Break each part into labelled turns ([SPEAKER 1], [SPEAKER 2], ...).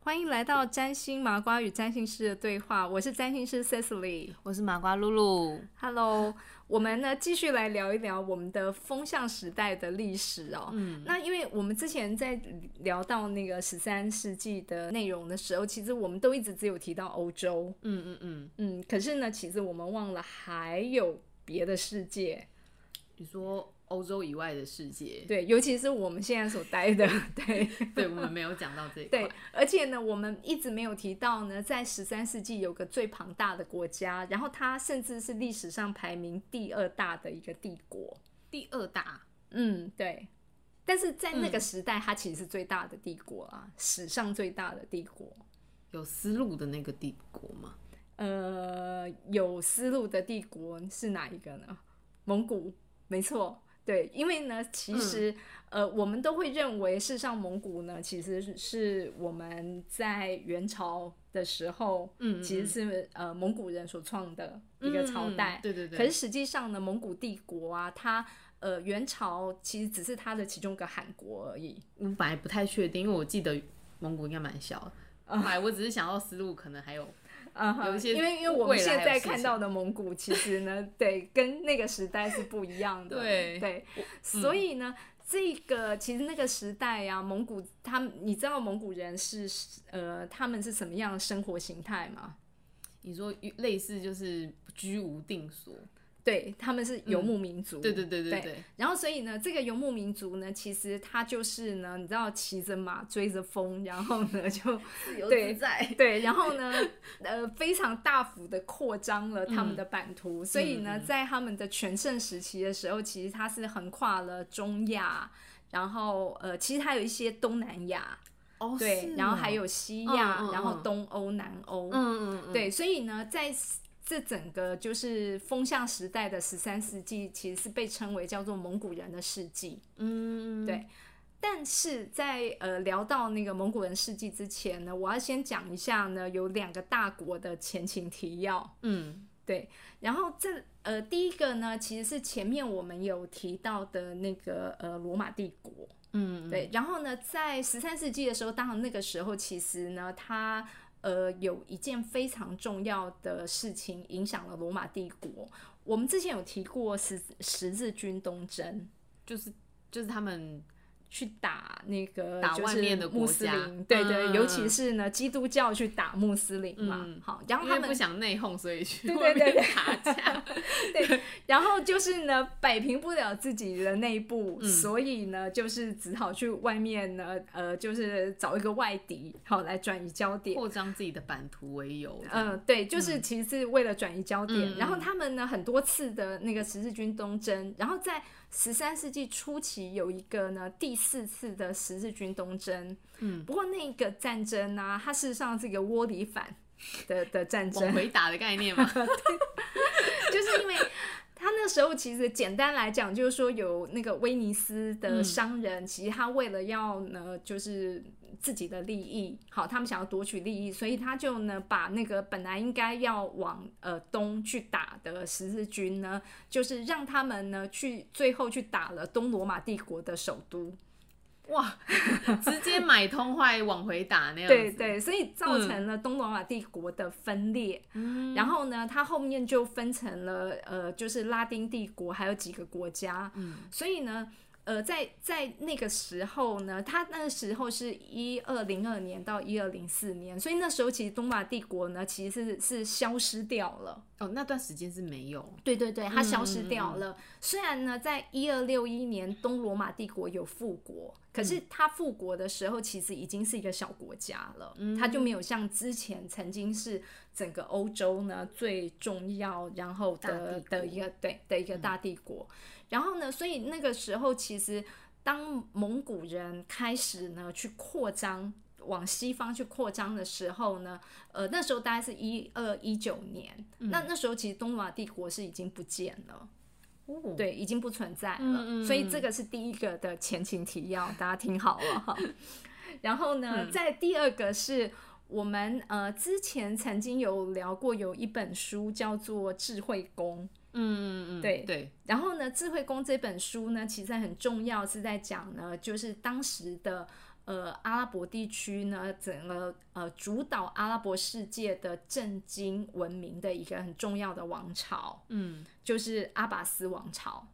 [SPEAKER 1] 欢迎来到占星麻瓜与占星师的对话，我是占星师 Cecily。
[SPEAKER 2] 我是麻瓜露露。
[SPEAKER 1] Hello，我们呢继续来聊一聊我们的风象时代的历史哦。嗯，那因为我们之前在聊到那个十三世纪的内容的时候，其实我们都一直只有提到欧洲，
[SPEAKER 2] 嗯嗯嗯，
[SPEAKER 1] 嗯，可是呢，其实我们忘了还有别的世界，
[SPEAKER 2] 你说欧洲以外的世界，
[SPEAKER 1] 对，尤其是我们现在所待 的，对。
[SPEAKER 2] 对我们没有讲到这一块
[SPEAKER 1] 对。，而且呢，我们一直没有提到呢，在十三世纪有个最庞大的国家，然后它甚至是历史上排名第二大的一个帝国。
[SPEAKER 2] 第二大
[SPEAKER 1] 嗯，对。但是在那个时代，它其实是最大的帝国啊，史上最大的帝国。
[SPEAKER 2] 有丝路的那个帝国吗？
[SPEAKER 1] 呃，有丝路的帝国是哪一个呢？蒙古，没错，对，因为呢，其实、
[SPEAKER 2] 嗯
[SPEAKER 1] 呃，我们都会认为，事实上蒙古呢，其实是是我们在元朝的时候，
[SPEAKER 2] 嗯嗯
[SPEAKER 1] 其实是呃蒙古人所创的一个朝代
[SPEAKER 2] 嗯，对对对。
[SPEAKER 1] 可是实际上呢，蒙古帝国啊，它呃元朝其实只是它的其中一个汗国而已，
[SPEAKER 2] 我本来不太确定，因为我记得蒙古应该蛮小的。本来我只是想到丝路可能还有，
[SPEAKER 1] 嗯哼
[SPEAKER 2] 有一些
[SPEAKER 1] 因为因为我们
[SPEAKER 2] 未来
[SPEAKER 1] 现
[SPEAKER 2] 的
[SPEAKER 1] 在
[SPEAKER 2] 事情
[SPEAKER 1] 看到的蒙古，其实 呢，对，跟那个时代是不一样的。
[SPEAKER 2] 对嗯
[SPEAKER 1] 对，所以呢，这个其实那个时代呀、蒙古他们，你知道蒙古人是呃他们是什么样的生活形态吗？
[SPEAKER 2] 你说类似就是居无定所，
[SPEAKER 1] 对，他们是游牧民族。
[SPEAKER 2] 嗯对对对
[SPEAKER 1] 对
[SPEAKER 2] 对对，
[SPEAKER 1] 然后，所以呢，这个游牧民族呢，其实他就是呢，你知道，骑着马，追着风，然后呢，就
[SPEAKER 2] 自由
[SPEAKER 1] 对
[SPEAKER 2] 在。
[SPEAKER 1] 对，然后呢，呃，非常大幅的扩张了他们
[SPEAKER 2] 嗯
[SPEAKER 1] 的版图，所以呢，在他们的全盛时期的时候，其实它是横跨了中亚，然后呃，其实还有一些东南亚，
[SPEAKER 2] 哦，
[SPEAKER 1] 对，
[SPEAKER 2] 是
[SPEAKER 1] 然后
[SPEAKER 2] 哦
[SPEAKER 1] 还有西亚，
[SPEAKER 2] 嗯嗯
[SPEAKER 1] 然后
[SPEAKER 2] 嗯
[SPEAKER 1] 东欧、南欧，
[SPEAKER 2] 嗯嗯嗯，
[SPEAKER 1] 对，所以呢，在这整个就是风向时代的十三世纪，其实是被称为叫做蒙古人的世纪。
[SPEAKER 2] 嗯，
[SPEAKER 1] 对但是在呃聊到那个蒙古人事迹之前呢，我要先讲一下呢，有两个大国的前情提要。
[SPEAKER 2] 嗯
[SPEAKER 1] 对，然后这呃第一个呢，其实是前面我们有提到的那个呃罗马帝国。
[SPEAKER 2] 嗯，
[SPEAKER 1] 对，然后呢，在十三世纪的时候，当然那个时候其实呢，它呃有一件非常重要的事情影响了罗马帝国。我们之前有提过十十字军东征，
[SPEAKER 2] 就是就是他们
[SPEAKER 1] 去打那个
[SPEAKER 2] 打
[SPEAKER 1] 就是
[SPEAKER 2] 外面的
[SPEAKER 1] 穆
[SPEAKER 2] 国
[SPEAKER 1] 斯
[SPEAKER 2] 家
[SPEAKER 1] 林，对对，
[SPEAKER 2] 嗯
[SPEAKER 1] 尤其是呢基督教去打穆斯林嘛，
[SPEAKER 2] 嗯
[SPEAKER 1] 好，然后
[SPEAKER 2] 因
[SPEAKER 1] 他
[SPEAKER 2] 为
[SPEAKER 1] 们
[SPEAKER 2] 不想内讧，所以去
[SPEAKER 1] 对对
[SPEAKER 2] 外
[SPEAKER 1] 对
[SPEAKER 2] 面打架。
[SPEAKER 1] 然后就是呢摆平不了自己的内部，
[SPEAKER 2] 嗯
[SPEAKER 1] 所以呢就是只好去外面呢，呃，就是找一个外敌，好来转移焦点。
[SPEAKER 2] 扩张自己的版图为由。
[SPEAKER 1] 嗯、
[SPEAKER 2] 嗯，
[SPEAKER 1] 对，就是其实是为了转移焦点。
[SPEAKER 2] 嗯嗯
[SPEAKER 1] 然后他们呢很多次的那个十字军东征，然后在十三世纪初期有一个呢第四次的十字军东征。
[SPEAKER 2] 嗯，
[SPEAKER 1] 不过那个战争呢、啊它事实上是一个窝里反的的战争
[SPEAKER 2] 往，回打的概念 嘛。
[SPEAKER 1] 就是因为。他那时候其实简单来讲，就是说有那个威尼斯的商人，其实他为了要呢，就是自己的利益，好，他们想要夺取利益，所以他就呢把那个本来应该要往呃东去打的十字军呢，就是让他们呢去最后去打了东罗马帝国的首都，
[SPEAKER 2] 哇，直接买通坏往回打那样
[SPEAKER 1] 对
[SPEAKER 2] 子。
[SPEAKER 1] 对，所以造成了东罗马帝国的分裂。
[SPEAKER 2] 嗯
[SPEAKER 1] 然后呢，它后面就分成了呃，就是拉丁帝国还有几个国家。
[SPEAKER 2] 嗯，
[SPEAKER 1] 所以呢。呃，在在那个时候呢，它那个时候是一二零二年到一二零四年，所以那时候其实东马帝国呢，其实是是消失掉了。
[SPEAKER 2] 哦，那段时间是没有。
[SPEAKER 1] 对对对，它消失
[SPEAKER 2] 嗯嗯嗯
[SPEAKER 1] 掉了。虽然呢，在一二六一年东罗马帝国有复国，可
[SPEAKER 2] 嗯
[SPEAKER 1] 是它复国的时候其实已经是一个小国家了，
[SPEAKER 2] 嗯
[SPEAKER 1] 它就没有像之前曾经是整个欧洲呢最重要，然后的
[SPEAKER 2] 大帝国嗯
[SPEAKER 1] 的一个对的一个大帝国。然后呢，所以那个时候其实当蒙古人开始呢去扩张。往西方去扩张的时候呢，呃，那时候大概是一二一九年，
[SPEAKER 2] 嗯
[SPEAKER 1] 那那时候其实东罗马帝国是已经不见了，
[SPEAKER 2] 哦，
[SPEAKER 1] 对，已经不存在了，
[SPEAKER 2] 嗯嗯
[SPEAKER 1] 所以这个是第一个的前情提要，大家听好了哈。 然后
[SPEAKER 2] 嗯
[SPEAKER 1] 呢，在第二个是我们呃之前曾经有聊过，有一本书叫做《智慧宫》，
[SPEAKER 2] 嗯嗯嗯，
[SPEAKER 1] 对
[SPEAKER 2] 对，
[SPEAKER 1] 然后呢，《智慧宫》这本书呢，其实很重要，是在讲呢，就是当时的呃阿拉伯地区呢，整个呃主导阿拉伯世界的政经文明的一个很重要的王朝，
[SPEAKER 2] 嗯，
[SPEAKER 1] 就是阿拔斯王朝。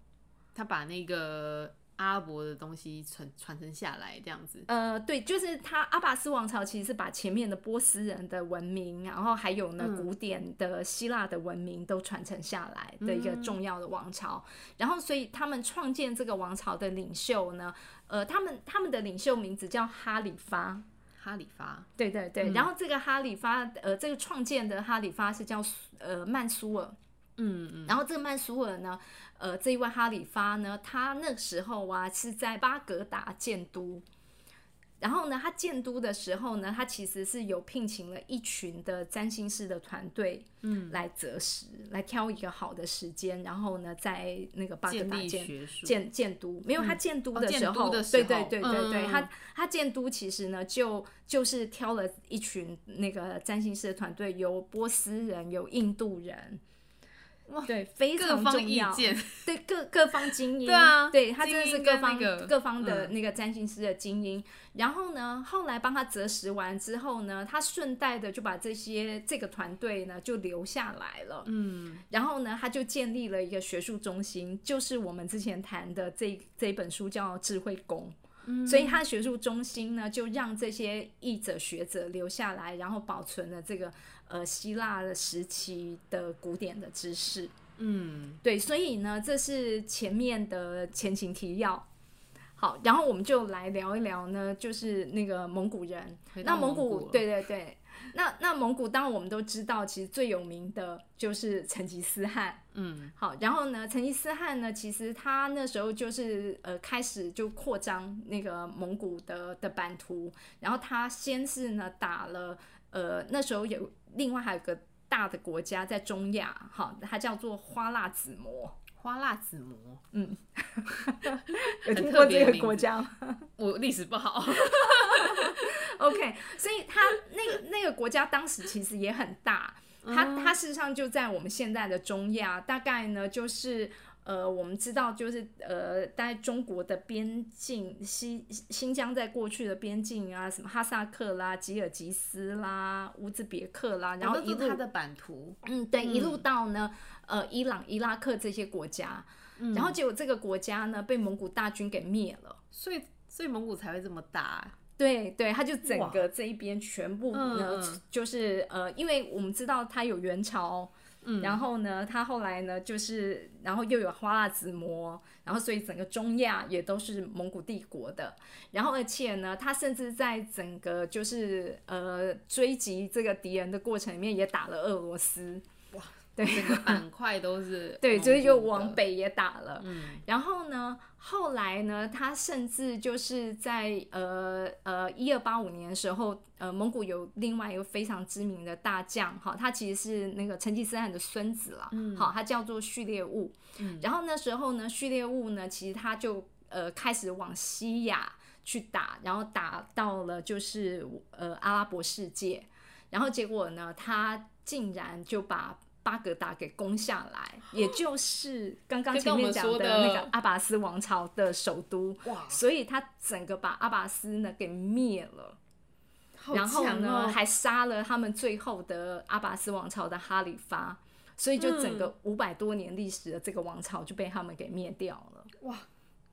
[SPEAKER 2] 他把那个阿拉伯的东西传传承下来，这样子。
[SPEAKER 1] 呃，对，就是他阿拔斯王朝其实是把前面的波斯人的文明，然后还有呢、古典的希腊的文明都传承下来的一个重要的王朝。然后，所以他们创建这个王朝的领袖呢，呃，他们他们的领袖名字叫哈里发。
[SPEAKER 2] 哈里发，
[SPEAKER 1] 对对对，
[SPEAKER 2] 嗯
[SPEAKER 1] 然后这个哈里发，呃，这个创建的哈里发是叫苏呃曼苏尔，
[SPEAKER 2] 嗯嗯，
[SPEAKER 1] 然后这个曼苏尔呢，呃，这一位哈里发呢，他那时候啊是在巴格达建都，然后呢，他建都的时候呢，他其实是有聘请了一群的占星师的团队，嗯，来择时，来挑一个好的时间，然后呢，在那个巴格
[SPEAKER 2] 建
[SPEAKER 1] 达
[SPEAKER 2] 立
[SPEAKER 1] 建
[SPEAKER 2] 学术，
[SPEAKER 1] 建建都，没有他建都的
[SPEAKER 2] 嗯哦建
[SPEAKER 1] 时
[SPEAKER 2] 都
[SPEAKER 1] 候，
[SPEAKER 2] 的
[SPEAKER 1] 对
[SPEAKER 2] 时
[SPEAKER 1] 对
[SPEAKER 2] 候
[SPEAKER 1] 对对对，
[SPEAKER 2] 嗯
[SPEAKER 1] 他他建都其实呢就就是挑了一群那个占星师的团队，有波斯人，有印度人。
[SPEAKER 2] 哇
[SPEAKER 1] 对，非
[SPEAKER 2] 各
[SPEAKER 1] 常
[SPEAKER 2] 方
[SPEAKER 1] 重
[SPEAKER 2] 意
[SPEAKER 1] 要。
[SPEAKER 2] 见，
[SPEAKER 1] 对各各方精英，
[SPEAKER 2] 对啊
[SPEAKER 1] 对他真的
[SPEAKER 2] 精
[SPEAKER 1] 是
[SPEAKER 2] 英
[SPEAKER 1] 各
[SPEAKER 2] 跟
[SPEAKER 1] 方、
[SPEAKER 2] 那个嗯
[SPEAKER 1] 各方的那个占星师的精英。然后呢，后来帮他择时完之后呢，他顺带的就把这些这个团队呢就留下来了。
[SPEAKER 2] 嗯，
[SPEAKER 1] 然后呢，他就建立了一个学术中心，就是我们之前谈的这这一本书叫《智慧宫》。
[SPEAKER 2] 嗯
[SPEAKER 1] 所以他的学术中心呢，就让这些译者学者留下来，然后保存了这个呃希腊的时期的古典的知识。
[SPEAKER 2] 嗯，
[SPEAKER 1] 对，所以呢，这是前面的前情提要。好，然后我们就来聊一聊呢，就是那个蒙古人。
[SPEAKER 2] 回
[SPEAKER 1] 那
[SPEAKER 2] 到蒙
[SPEAKER 1] 蒙古，
[SPEAKER 2] 了，
[SPEAKER 1] 对对对，那那蒙古，当然我们都知道，其实最有名的就是成吉思汗。
[SPEAKER 2] 嗯，
[SPEAKER 1] 好，然后呢，成吉思汗呢，其实他那时候就是呃开始就扩张那个蒙古的的版图，然后他先是呢打了呃那时候有另外还有个大的国家在中亚，好，它叫做花剌子模，
[SPEAKER 2] 花剌子模，
[SPEAKER 1] 有
[SPEAKER 2] 很
[SPEAKER 1] 听
[SPEAKER 2] 特
[SPEAKER 1] 过
[SPEAKER 2] 别
[SPEAKER 1] 这
[SPEAKER 2] 的
[SPEAKER 1] 个
[SPEAKER 2] 名
[SPEAKER 1] 国
[SPEAKER 2] 字
[SPEAKER 1] 家吗？
[SPEAKER 2] 我历史不好，
[SPEAKER 1] OK，所以它那个那个国家当时其实也很大，它它事实上就在我们现在的中亚，大概呢就是呃，我们知道就是呃，大概中国的边境西新疆在过去的边境啊，什么哈萨克啦、吉尔吉斯啦、乌兹别克啦， 然后
[SPEAKER 2] 我都
[SPEAKER 1] 一
[SPEAKER 2] 知道
[SPEAKER 1] 路
[SPEAKER 2] 它的版图，
[SPEAKER 1] 嗯，对，一路到呢，呃，伊朗、伊拉克这些国家，然后结果这个国家呢被蒙古大军给灭了。
[SPEAKER 2] 所以所以蒙古才会这么大，
[SPEAKER 1] 对对，它就整
[SPEAKER 2] 哇
[SPEAKER 1] 个这一边全部
[SPEAKER 2] 嗯
[SPEAKER 1] 呢，
[SPEAKER 2] 嗯
[SPEAKER 1] 就是呃，因为我们知道它有元朝，
[SPEAKER 2] 嗯
[SPEAKER 1] 然后呢，它后来呢就是，然后又有花剌子模，然后所以整个中亚也都是蒙古帝国的，然后而且呢，它甚至在整个就是呃追击这个敌人的过程里面也打了俄罗斯，
[SPEAKER 2] 整个板块都是
[SPEAKER 1] 嗯对，嗯
[SPEAKER 2] 蒙
[SPEAKER 1] 就是
[SPEAKER 2] 古
[SPEAKER 1] 又
[SPEAKER 2] 的
[SPEAKER 1] 往，北也打了。然后呢，后来呢，他甚至就是在呃呃一二八五年的时候，呃，蒙古有另外一个非常知名的大将，哈，他其实是那个成吉思汗的孙子啦，好，他叫做序列兀。然后那时候呢，序列兀呢，其实他就呃开始往西亚去打，然后打到了就是呃阿拉伯世界，然后结果呢，他竟然就把巴格达给攻下来，也就是刚刚前面讲
[SPEAKER 2] 就跟我
[SPEAKER 1] 的
[SPEAKER 2] 们
[SPEAKER 1] 那
[SPEAKER 2] 说的
[SPEAKER 1] 个阿拔斯王朝的首都，
[SPEAKER 2] 哇，
[SPEAKER 1] 所以他整个把阿拔斯呢给灭了。
[SPEAKER 2] 好
[SPEAKER 1] 然后
[SPEAKER 2] 强
[SPEAKER 1] 呢，
[SPEAKER 2] 哦
[SPEAKER 1] 还杀了他们最后的阿拔斯王朝的哈里发，所以就整
[SPEAKER 2] 嗯
[SPEAKER 1] 个五百多年历史的这个王朝就被他们给灭掉了。
[SPEAKER 2] 哇，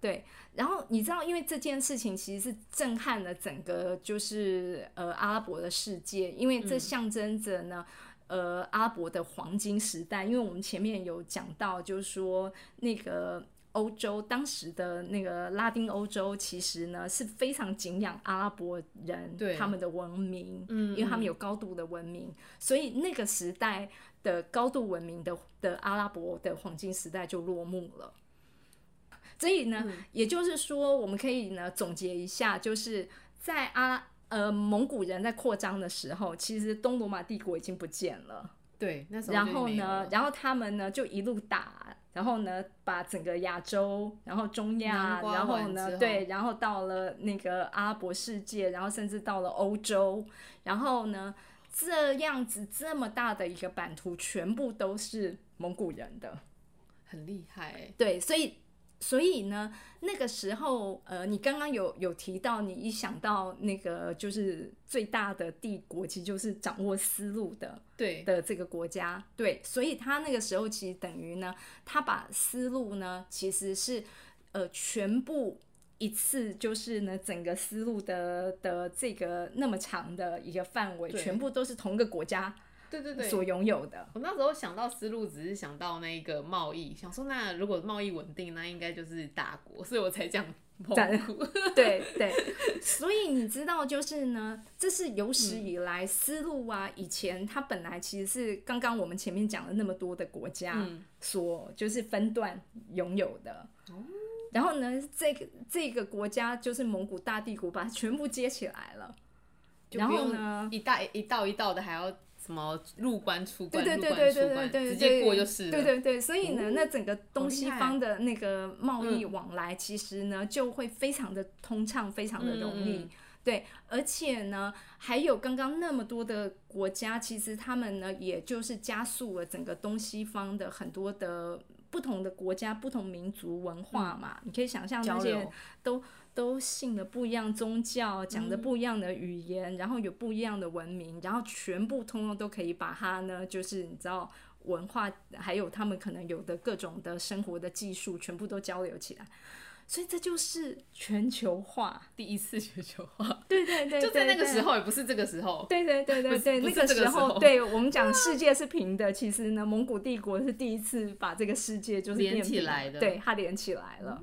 [SPEAKER 1] 对，然后你知道，因为这件事情其实是震撼了整个就是呃阿拉伯的世界，因为这
[SPEAKER 2] 嗯
[SPEAKER 1] 象征着呢。呃，阿拉伯的黄金时代，因为我们前面有讲到，就是说那个欧洲当时的那个拉丁欧洲，其实呢是非常敬仰阿拉伯人
[SPEAKER 2] 对
[SPEAKER 1] 他们的文明，嗯，因为他们有高度的文明，所以那个时代的高度文明的的阿拉伯的黄金时代就落幕了。所以呢，也就是说，我们可以呢总结一下，就是在阿呃蒙古人在扩张的时候，其实东罗马帝国已经不见了。
[SPEAKER 2] 对，那时候
[SPEAKER 1] 然
[SPEAKER 2] 就
[SPEAKER 1] 后
[SPEAKER 2] 没
[SPEAKER 1] 呢
[SPEAKER 2] 了，，
[SPEAKER 1] 然后他们呢就一路打，然后呢把整个亚洲，然后中亚，
[SPEAKER 2] 南瓜
[SPEAKER 1] 然后
[SPEAKER 2] 完之
[SPEAKER 1] 呢
[SPEAKER 2] 后
[SPEAKER 1] 对，然后到了那个阿拉伯世界，然后甚至到了欧洲，然后呢这样子这么大的一个版图，全部都是蒙古人的。
[SPEAKER 2] 很厉害欸，
[SPEAKER 1] 对，所以所以呢，那个时候，呃，你刚刚有有提到，你一想到那个就是最大的帝国，其实就是掌握丝路的
[SPEAKER 2] 对，
[SPEAKER 1] 的这个国家，对，所以他那个时候其实等于呢，他把丝路呢其实是呃全部一次就是呢整个丝路的的这个那么长的一个范围，
[SPEAKER 2] 对
[SPEAKER 1] 全部都是同一个国家
[SPEAKER 2] 对对对，
[SPEAKER 1] 所拥有的。
[SPEAKER 2] 我那时候想到思路，只是想到那个贸易，想说那如果贸易稳定，那应该就是大国，所以我才讲蒙 古。
[SPEAKER 1] 对对，所以你知道，就是呢，这是有史以来丝路啊，以前它本来其实是刚刚我们前面讲了那么多的国家
[SPEAKER 2] 嗯哦
[SPEAKER 1] 所就是分段拥有的。然后呢，这个这个国家就是蒙古大帝国，把它全部接起来了。
[SPEAKER 2] 就
[SPEAKER 1] 然
[SPEAKER 2] 不
[SPEAKER 1] 后
[SPEAKER 2] 用
[SPEAKER 1] 呢？
[SPEAKER 2] 一大一道一道的还要什么入关出
[SPEAKER 1] 对
[SPEAKER 2] 关，
[SPEAKER 1] 对对
[SPEAKER 2] 入关
[SPEAKER 1] 对
[SPEAKER 2] 出
[SPEAKER 1] 对
[SPEAKER 2] 关，
[SPEAKER 1] 对对，
[SPEAKER 2] 直接过就是
[SPEAKER 1] 对
[SPEAKER 2] 了。哦
[SPEAKER 1] 对对，所以呢，那整个东西
[SPEAKER 2] 厉害嗯
[SPEAKER 1] 方的那个贸易往来，其实呢就会非常的通畅，非常的容易。
[SPEAKER 2] 嗯嗯
[SPEAKER 1] 对，而且呢，还有刚刚那么多的国家，其实他们呢，也就是加速了整个东西方的很多的不同的国家、不同民族文化嘛。你可以想象那
[SPEAKER 2] 嗯交
[SPEAKER 1] 些人
[SPEAKER 2] 流，
[SPEAKER 1] 都信了不一样宗教，讲的不一样的语言，然后有不一样的文明，然后全部通通都可以把它呢，就是你知道文化，还有他们可能有的各种的生活的技术，全部都交流起来。所以这就是全球化，
[SPEAKER 2] 第一次全球化，
[SPEAKER 1] 对对 对，
[SPEAKER 2] 就在那个时
[SPEAKER 1] 候。
[SPEAKER 2] 候，也不是这个时候。
[SPEAKER 1] 对对对对对，
[SPEAKER 2] 不
[SPEAKER 1] 那
[SPEAKER 2] 是
[SPEAKER 1] 个
[SPEAKER 2] 这
[SPEAKER 1] 时
[SPEAKER 2] 个时
[SPEAKER 1] 候，
[SPEAKER 2] 候
[SPEAKER 1] 对我们讲世界是平的，其实呢，蒙古帝国是第一次把这个世界就是
[SPEAKER 2] 连
[SPEAKER 1] 变
[SPEAKER 2] 起
[SPEAKER 1] 平
[SPEAKER 2] 来
[SPEAKER 1] 了
[SPEAKER 2] 的哦
[SPEAKER 1] 对，它连起来了。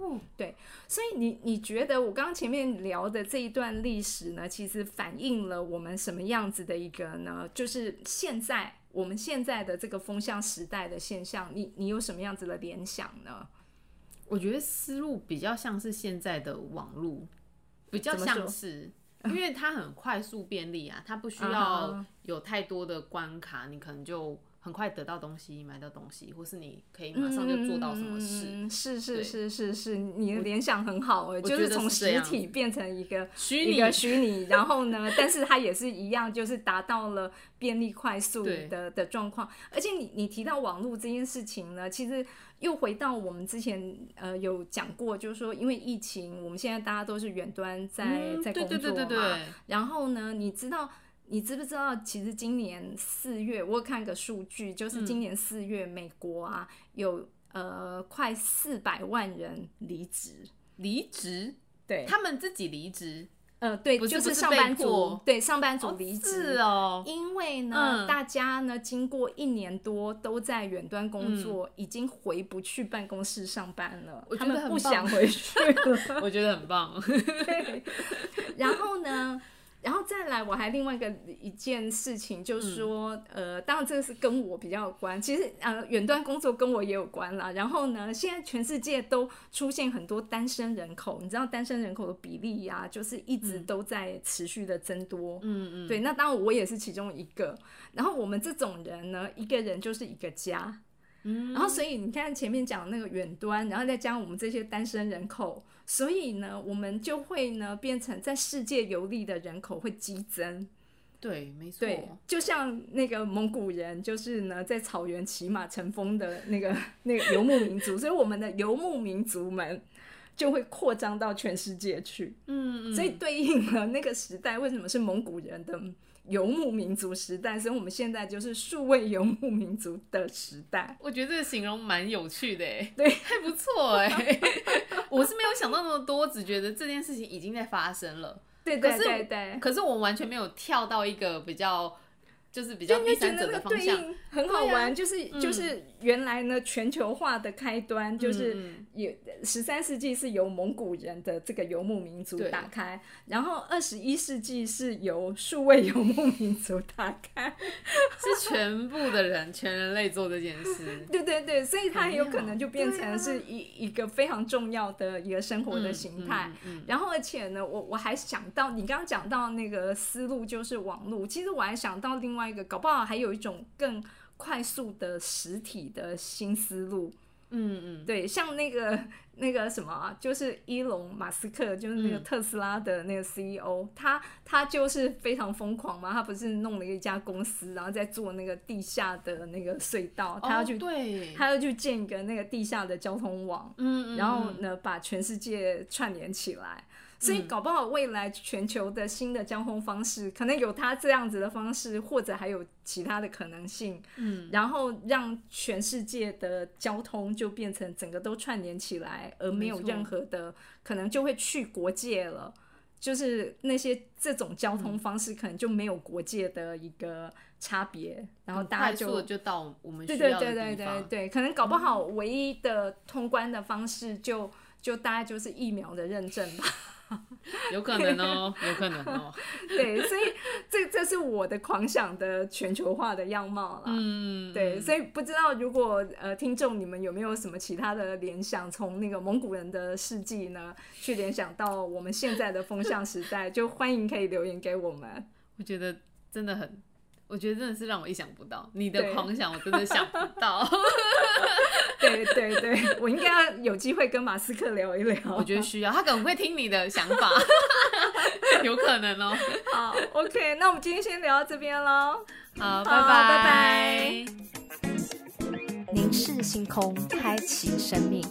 [SPEAKER 1] 所以你你觉得我刚刚前面聊的这一段历史呢，其实反映了我们什么样子的一个呢？就是现在我们现在的这个风向时代的现象，你你有什么样子的联想呢？
[SPEAKER 2] 我觉得思路比较像是现在的网络，比较
[SPEAKER 1] 怎么说
[SPEAKER 2] 像是，因为它很快速便利啊，它不需
[SPEAKER 1] 啊
[SPEAKER 2] 要
[SPEAKER 1] 哈
[SPEAKER 2] 有太多的关卡，你可能就很快得到东西、买到东西，或是你可以马上就做到什么事。
[SPEAKER 1] 嗯、是是
[SPEAKER 2] 对
[SPEAKER 1] 是是是，你的联想很好哎，就
[SPEAKER 2] 觉得
[SPEAKER 1] 从
[SPEAKER 2] 是这
[SPEAKER 1] 实
[SPEAKER 2] 样
[SPEAKER 1] 体变成一个嗯
[SPEAKER 2] 虚
[SPEAKER 1] 一
[SPEAKER 2] 拟
[SPEAKER 1] 个虚拟， 然后呢，但是它也是一样，就是达到了便利快速
[SPEAKER 2] 对
[SPEAKER 1] 的的状况。而且你你提到网络这件事情呢，其实又回到我们之前呃有讲过，就是说因为疫情，我们现在大家都是远端在、
[SPEAKER 2] 嗯
[SPEAKER 1] 在
[SPEAKER 2] 对
[SPEAKER 1] 工作
[SPEAKER 2] 对
[SPEAKER 1] 嘛，
[SPEAKER 2] 对对对，
[SPEAKER 1] 然后呢，你知道，你知不知道？其实今年四月，我有看个数据，就是
[SPEAKER 2] 嗯
[SPEAKER 1] 今年四月，美国啊、有呃快四百万人离职。
[SPEAKER 2] 离职，
[SPEAKER 1] 对，
[SPEAKER 2] 他们自己离职，
[SPEAKER 1] 呃，对，
[SPEAKER 2] 不是
[SPEAKER 1] 就
[SPEAKER 2] 不是
[SPEAKER 1] 上班
[SPEAKER 2] 被
[SPEAKER 1] 族
[SPEAKER 2] 迫，
[SPEAKER 1] 对，上班族离
[SPEAKER 2] 是
[SPEAKER 1] 职。
[SPEAKER 2] 哦，
[SPEAKER 1] 因为呢，
[SPEAKER 2] 嗯
[SPEAKER 1] 大家呢经过一年多都在远端工作，已经回不去办公室上班了，
[SPEAKER 2] 嗯我
[SPEAKER 1] 他
[SPEAKER 2] 觉得
[SPEAKER 1] 们
[SPEAKER 2] 很
[SPEAKER 1] 不
[SPEAKER 2] 棒
[SPEAKER 1] 想回去了。
[SPEAKER 2] 我觉得很 棒。
[SPEAKER 1] 对，然后呢，然后再来，我还另外一个一件事情，就是说，
[SPEAKER 2] 嗯
[SPEAKER 1] 呃，当然这个是跟我比较有关，其实呃，远端工作跟我也有关啦。然后呢，现在全世界都出现很多单身人口，你知道单身人口的比例呀、就是一直都在持续的增多。
[SPEAKER 2] 嗯嗯，
[SPEAKER 1] 对，那当然我也是其中一个。然后我们这种人呢，一个人就是一个家。
[SPEAKER 2] 嗯
[SPEAKER 1] 然后所以你看前面讲那个远端，然后再加上我们这些单身人口，所以呢，我们就会呢变成在世界游历的人口会激增。
[SPEAKER 2] 对，没错，
[SPEAKER 1] 对，就像那个蒙古人，就是呢在草原骑马乘风的那个那个游牧民族，所以我们的游牧民族们就会扩张到全世界去。
[SPEAKER 2] 嗯嗯，
[SPEAKER 1] 所以对应了那个时代，为什么是蒙古人的游牧民族时代？所以我们现在就是数位游牧民族的时代。
[SPEAKER 2] 我觉得这个形容蛮有趣的哎，
[SPEAKER 1] 对
[SPEAKER 2] 还不错哎。我是没有想到那么多，只觉得这件事情已经在发生了，
[SPEAKER 1] 对
[SPEAKER 2] 可
[SPEAKER 1] 对
[SPEAKER 2] 是
[SPEAKER 1] 对对，
[SPEAKER 2] 可是我完全没有跳到一个比较，就是比
[SPEAKER 1] 就
[SPEAKER 2] 较
[SPEAKER 1] 你
[SPEAKER 2] 第
[SPEAKER 1] 就觉
[SPEAKER 2] 三
[SPEAKER 1] 得那
[SPEAKER 2] 者的
[SPEAKER 1] 个
[SPEAKER 2] 方
[SPEAKER 1] 对
[SPEAKER 2] 向。
[SPEAKER 1] 应很好玩，就是
[SPEAKER 2] 嗯
[SPEAKER 1] 就是原来呢全球化的开端就是。
[SPEAKER 2] 嗯嗯
[SPEAKER 1] 也十三世纪是由蒙古人的这个游牧民族
[SPEAKER 2] 对
[SPEAKER 1] 打开，然后二十一世纪是由数位游牧民族打开，
[SPEAKER 2] 是全部的人，全人类做这件 事。
[SPEAKER 1] 对对对，所以它
[SPEAKER 2] 很
[SPEAKER 1] 很有
[SPEAKER 2] 妙
[SPEAKER 1] 可能就变
[SPEAKER 2] 对
[SPEAKER 1] 成
[SPEAKER 2] 啊
[SPEAKER 1] 是一、一个非常重要的一个生活的
[SPEAKER 2] 嗯
[SPEAKER 1] 形态。，
[SPEAKER 2] 嗯嗯
[SPEAKER 1] 然后，而且呢，我我还想到你刚刚讲到那个思路就是网络，其实我还想到另外一个，搞不好还有一种更快速的实体的新思路，
[SPEAKER 2] 嗯嗯，
[SPEAKER 1] 对，像那个那个什么啊，就是伊隆马斯克，就是那个
[SPEAKER 2] 嗯
[SPEAKER 1] 特斯拉的那个 CEO，、他他就是非常疯狂嘛，他不是弄了一家公司，然后在做那个地下的那个隧道，他要去、
[SPEAKER 2] 哦、对，
[SPEAKER 1] 他要去建一个那个地下的交通网，
[SPEAKER 2] 嗯嗯，
[SPEAKER 1] 然后
[SPEAKER 2] 嗯
[SPEAKER 1] 呢，把全世界串联起来。所以搞不好未来全球的新的交通方式，可能有它这样子的方式，或者还有其他的可能性。
[SPEAKER 2] 嗯，
[SPEAKER 1] 然后让全世界的交通就变成整个都串联起来，而没有
[SPEAKER 2] 没错
[SPEAKER 1] 任何的可能就会去国界了。就是那些这种交
[SPEAKER 2] 嗯
[SPEAKER 1] 通方式，可能就没有国界的一个差别，然后
[SPEAKER 2] 很
[SPEAKER 1] 大家
[SPEAKER 2] 快速
[SPEAKER 1] 就
[SPEAKER 2] 地就到我们
[SPEAKER 1] 对
[SPEAKER 2] 需
[SPEAKER 1] 对
[SPEAKER 2] 要
[SPEAKER 1] 对
[SPEAKER 2] 的
[SPEAKER 1] 对
[SPEAKER 2] 地
[SPEAKER 1] 对
[SPEAKER 2] 方，嗯
[SPEAKER 1] 对，可能搞不好唯一的通关的方式就就大概就是疫苗的认证吧。
[SPEAKER 2] 有可能哦，有可能哦，
[SPEAKER 1] 对，所以这这是我的狂想的全球化的样貌啦。
[SPEAKER 2] 嗯，
[SPEAKER 1] 对，
[SPEAKER 2] 嗯
[SPEAKER 1] 所以不知道如果呃听众你们有没有什么其他的联想，从那个蒙古人的事迹呢，去联想到我们现在的风向时代，就欢迎可以留言给我们。
[SPEAKER 2] 我觉得真的很，我觉得真的是让我意想不到，你
[SPEAKER 1] 对
[SPEAKER 2] 的狂想我真的想不到，
[SPEAKER 1] 对对对，我应该要有机会跟马斯克聊一聊。
[SPEAKER 2] 我觉得需要，他可能会听你的想 法，有可能哦，
[SPEAKER 1] 好，OK，那我们今天先聊到这边喽。
[SPEAKER 2] 好，拜
[SPEAKER 1] 好拜拜
[SPEAKER 2] 拜。
[SPEAKER 3] 凝视星空，开启生命。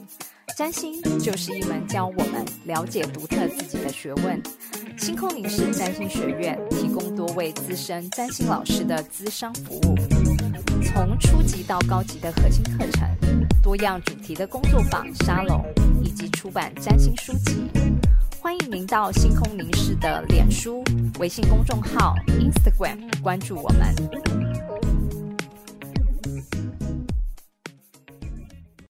[SPEAKER 3] 占星就是一门教我们了解独特自己的学问。星空凝视占星学院提供多位资深占星老师的资商服务，从初级到高级的核心课程、多样主题的工作坊、沙龙，以及出版占星书籍。欢迎您到星空凝视的脸书、微信公众号、Instagram 关注我们。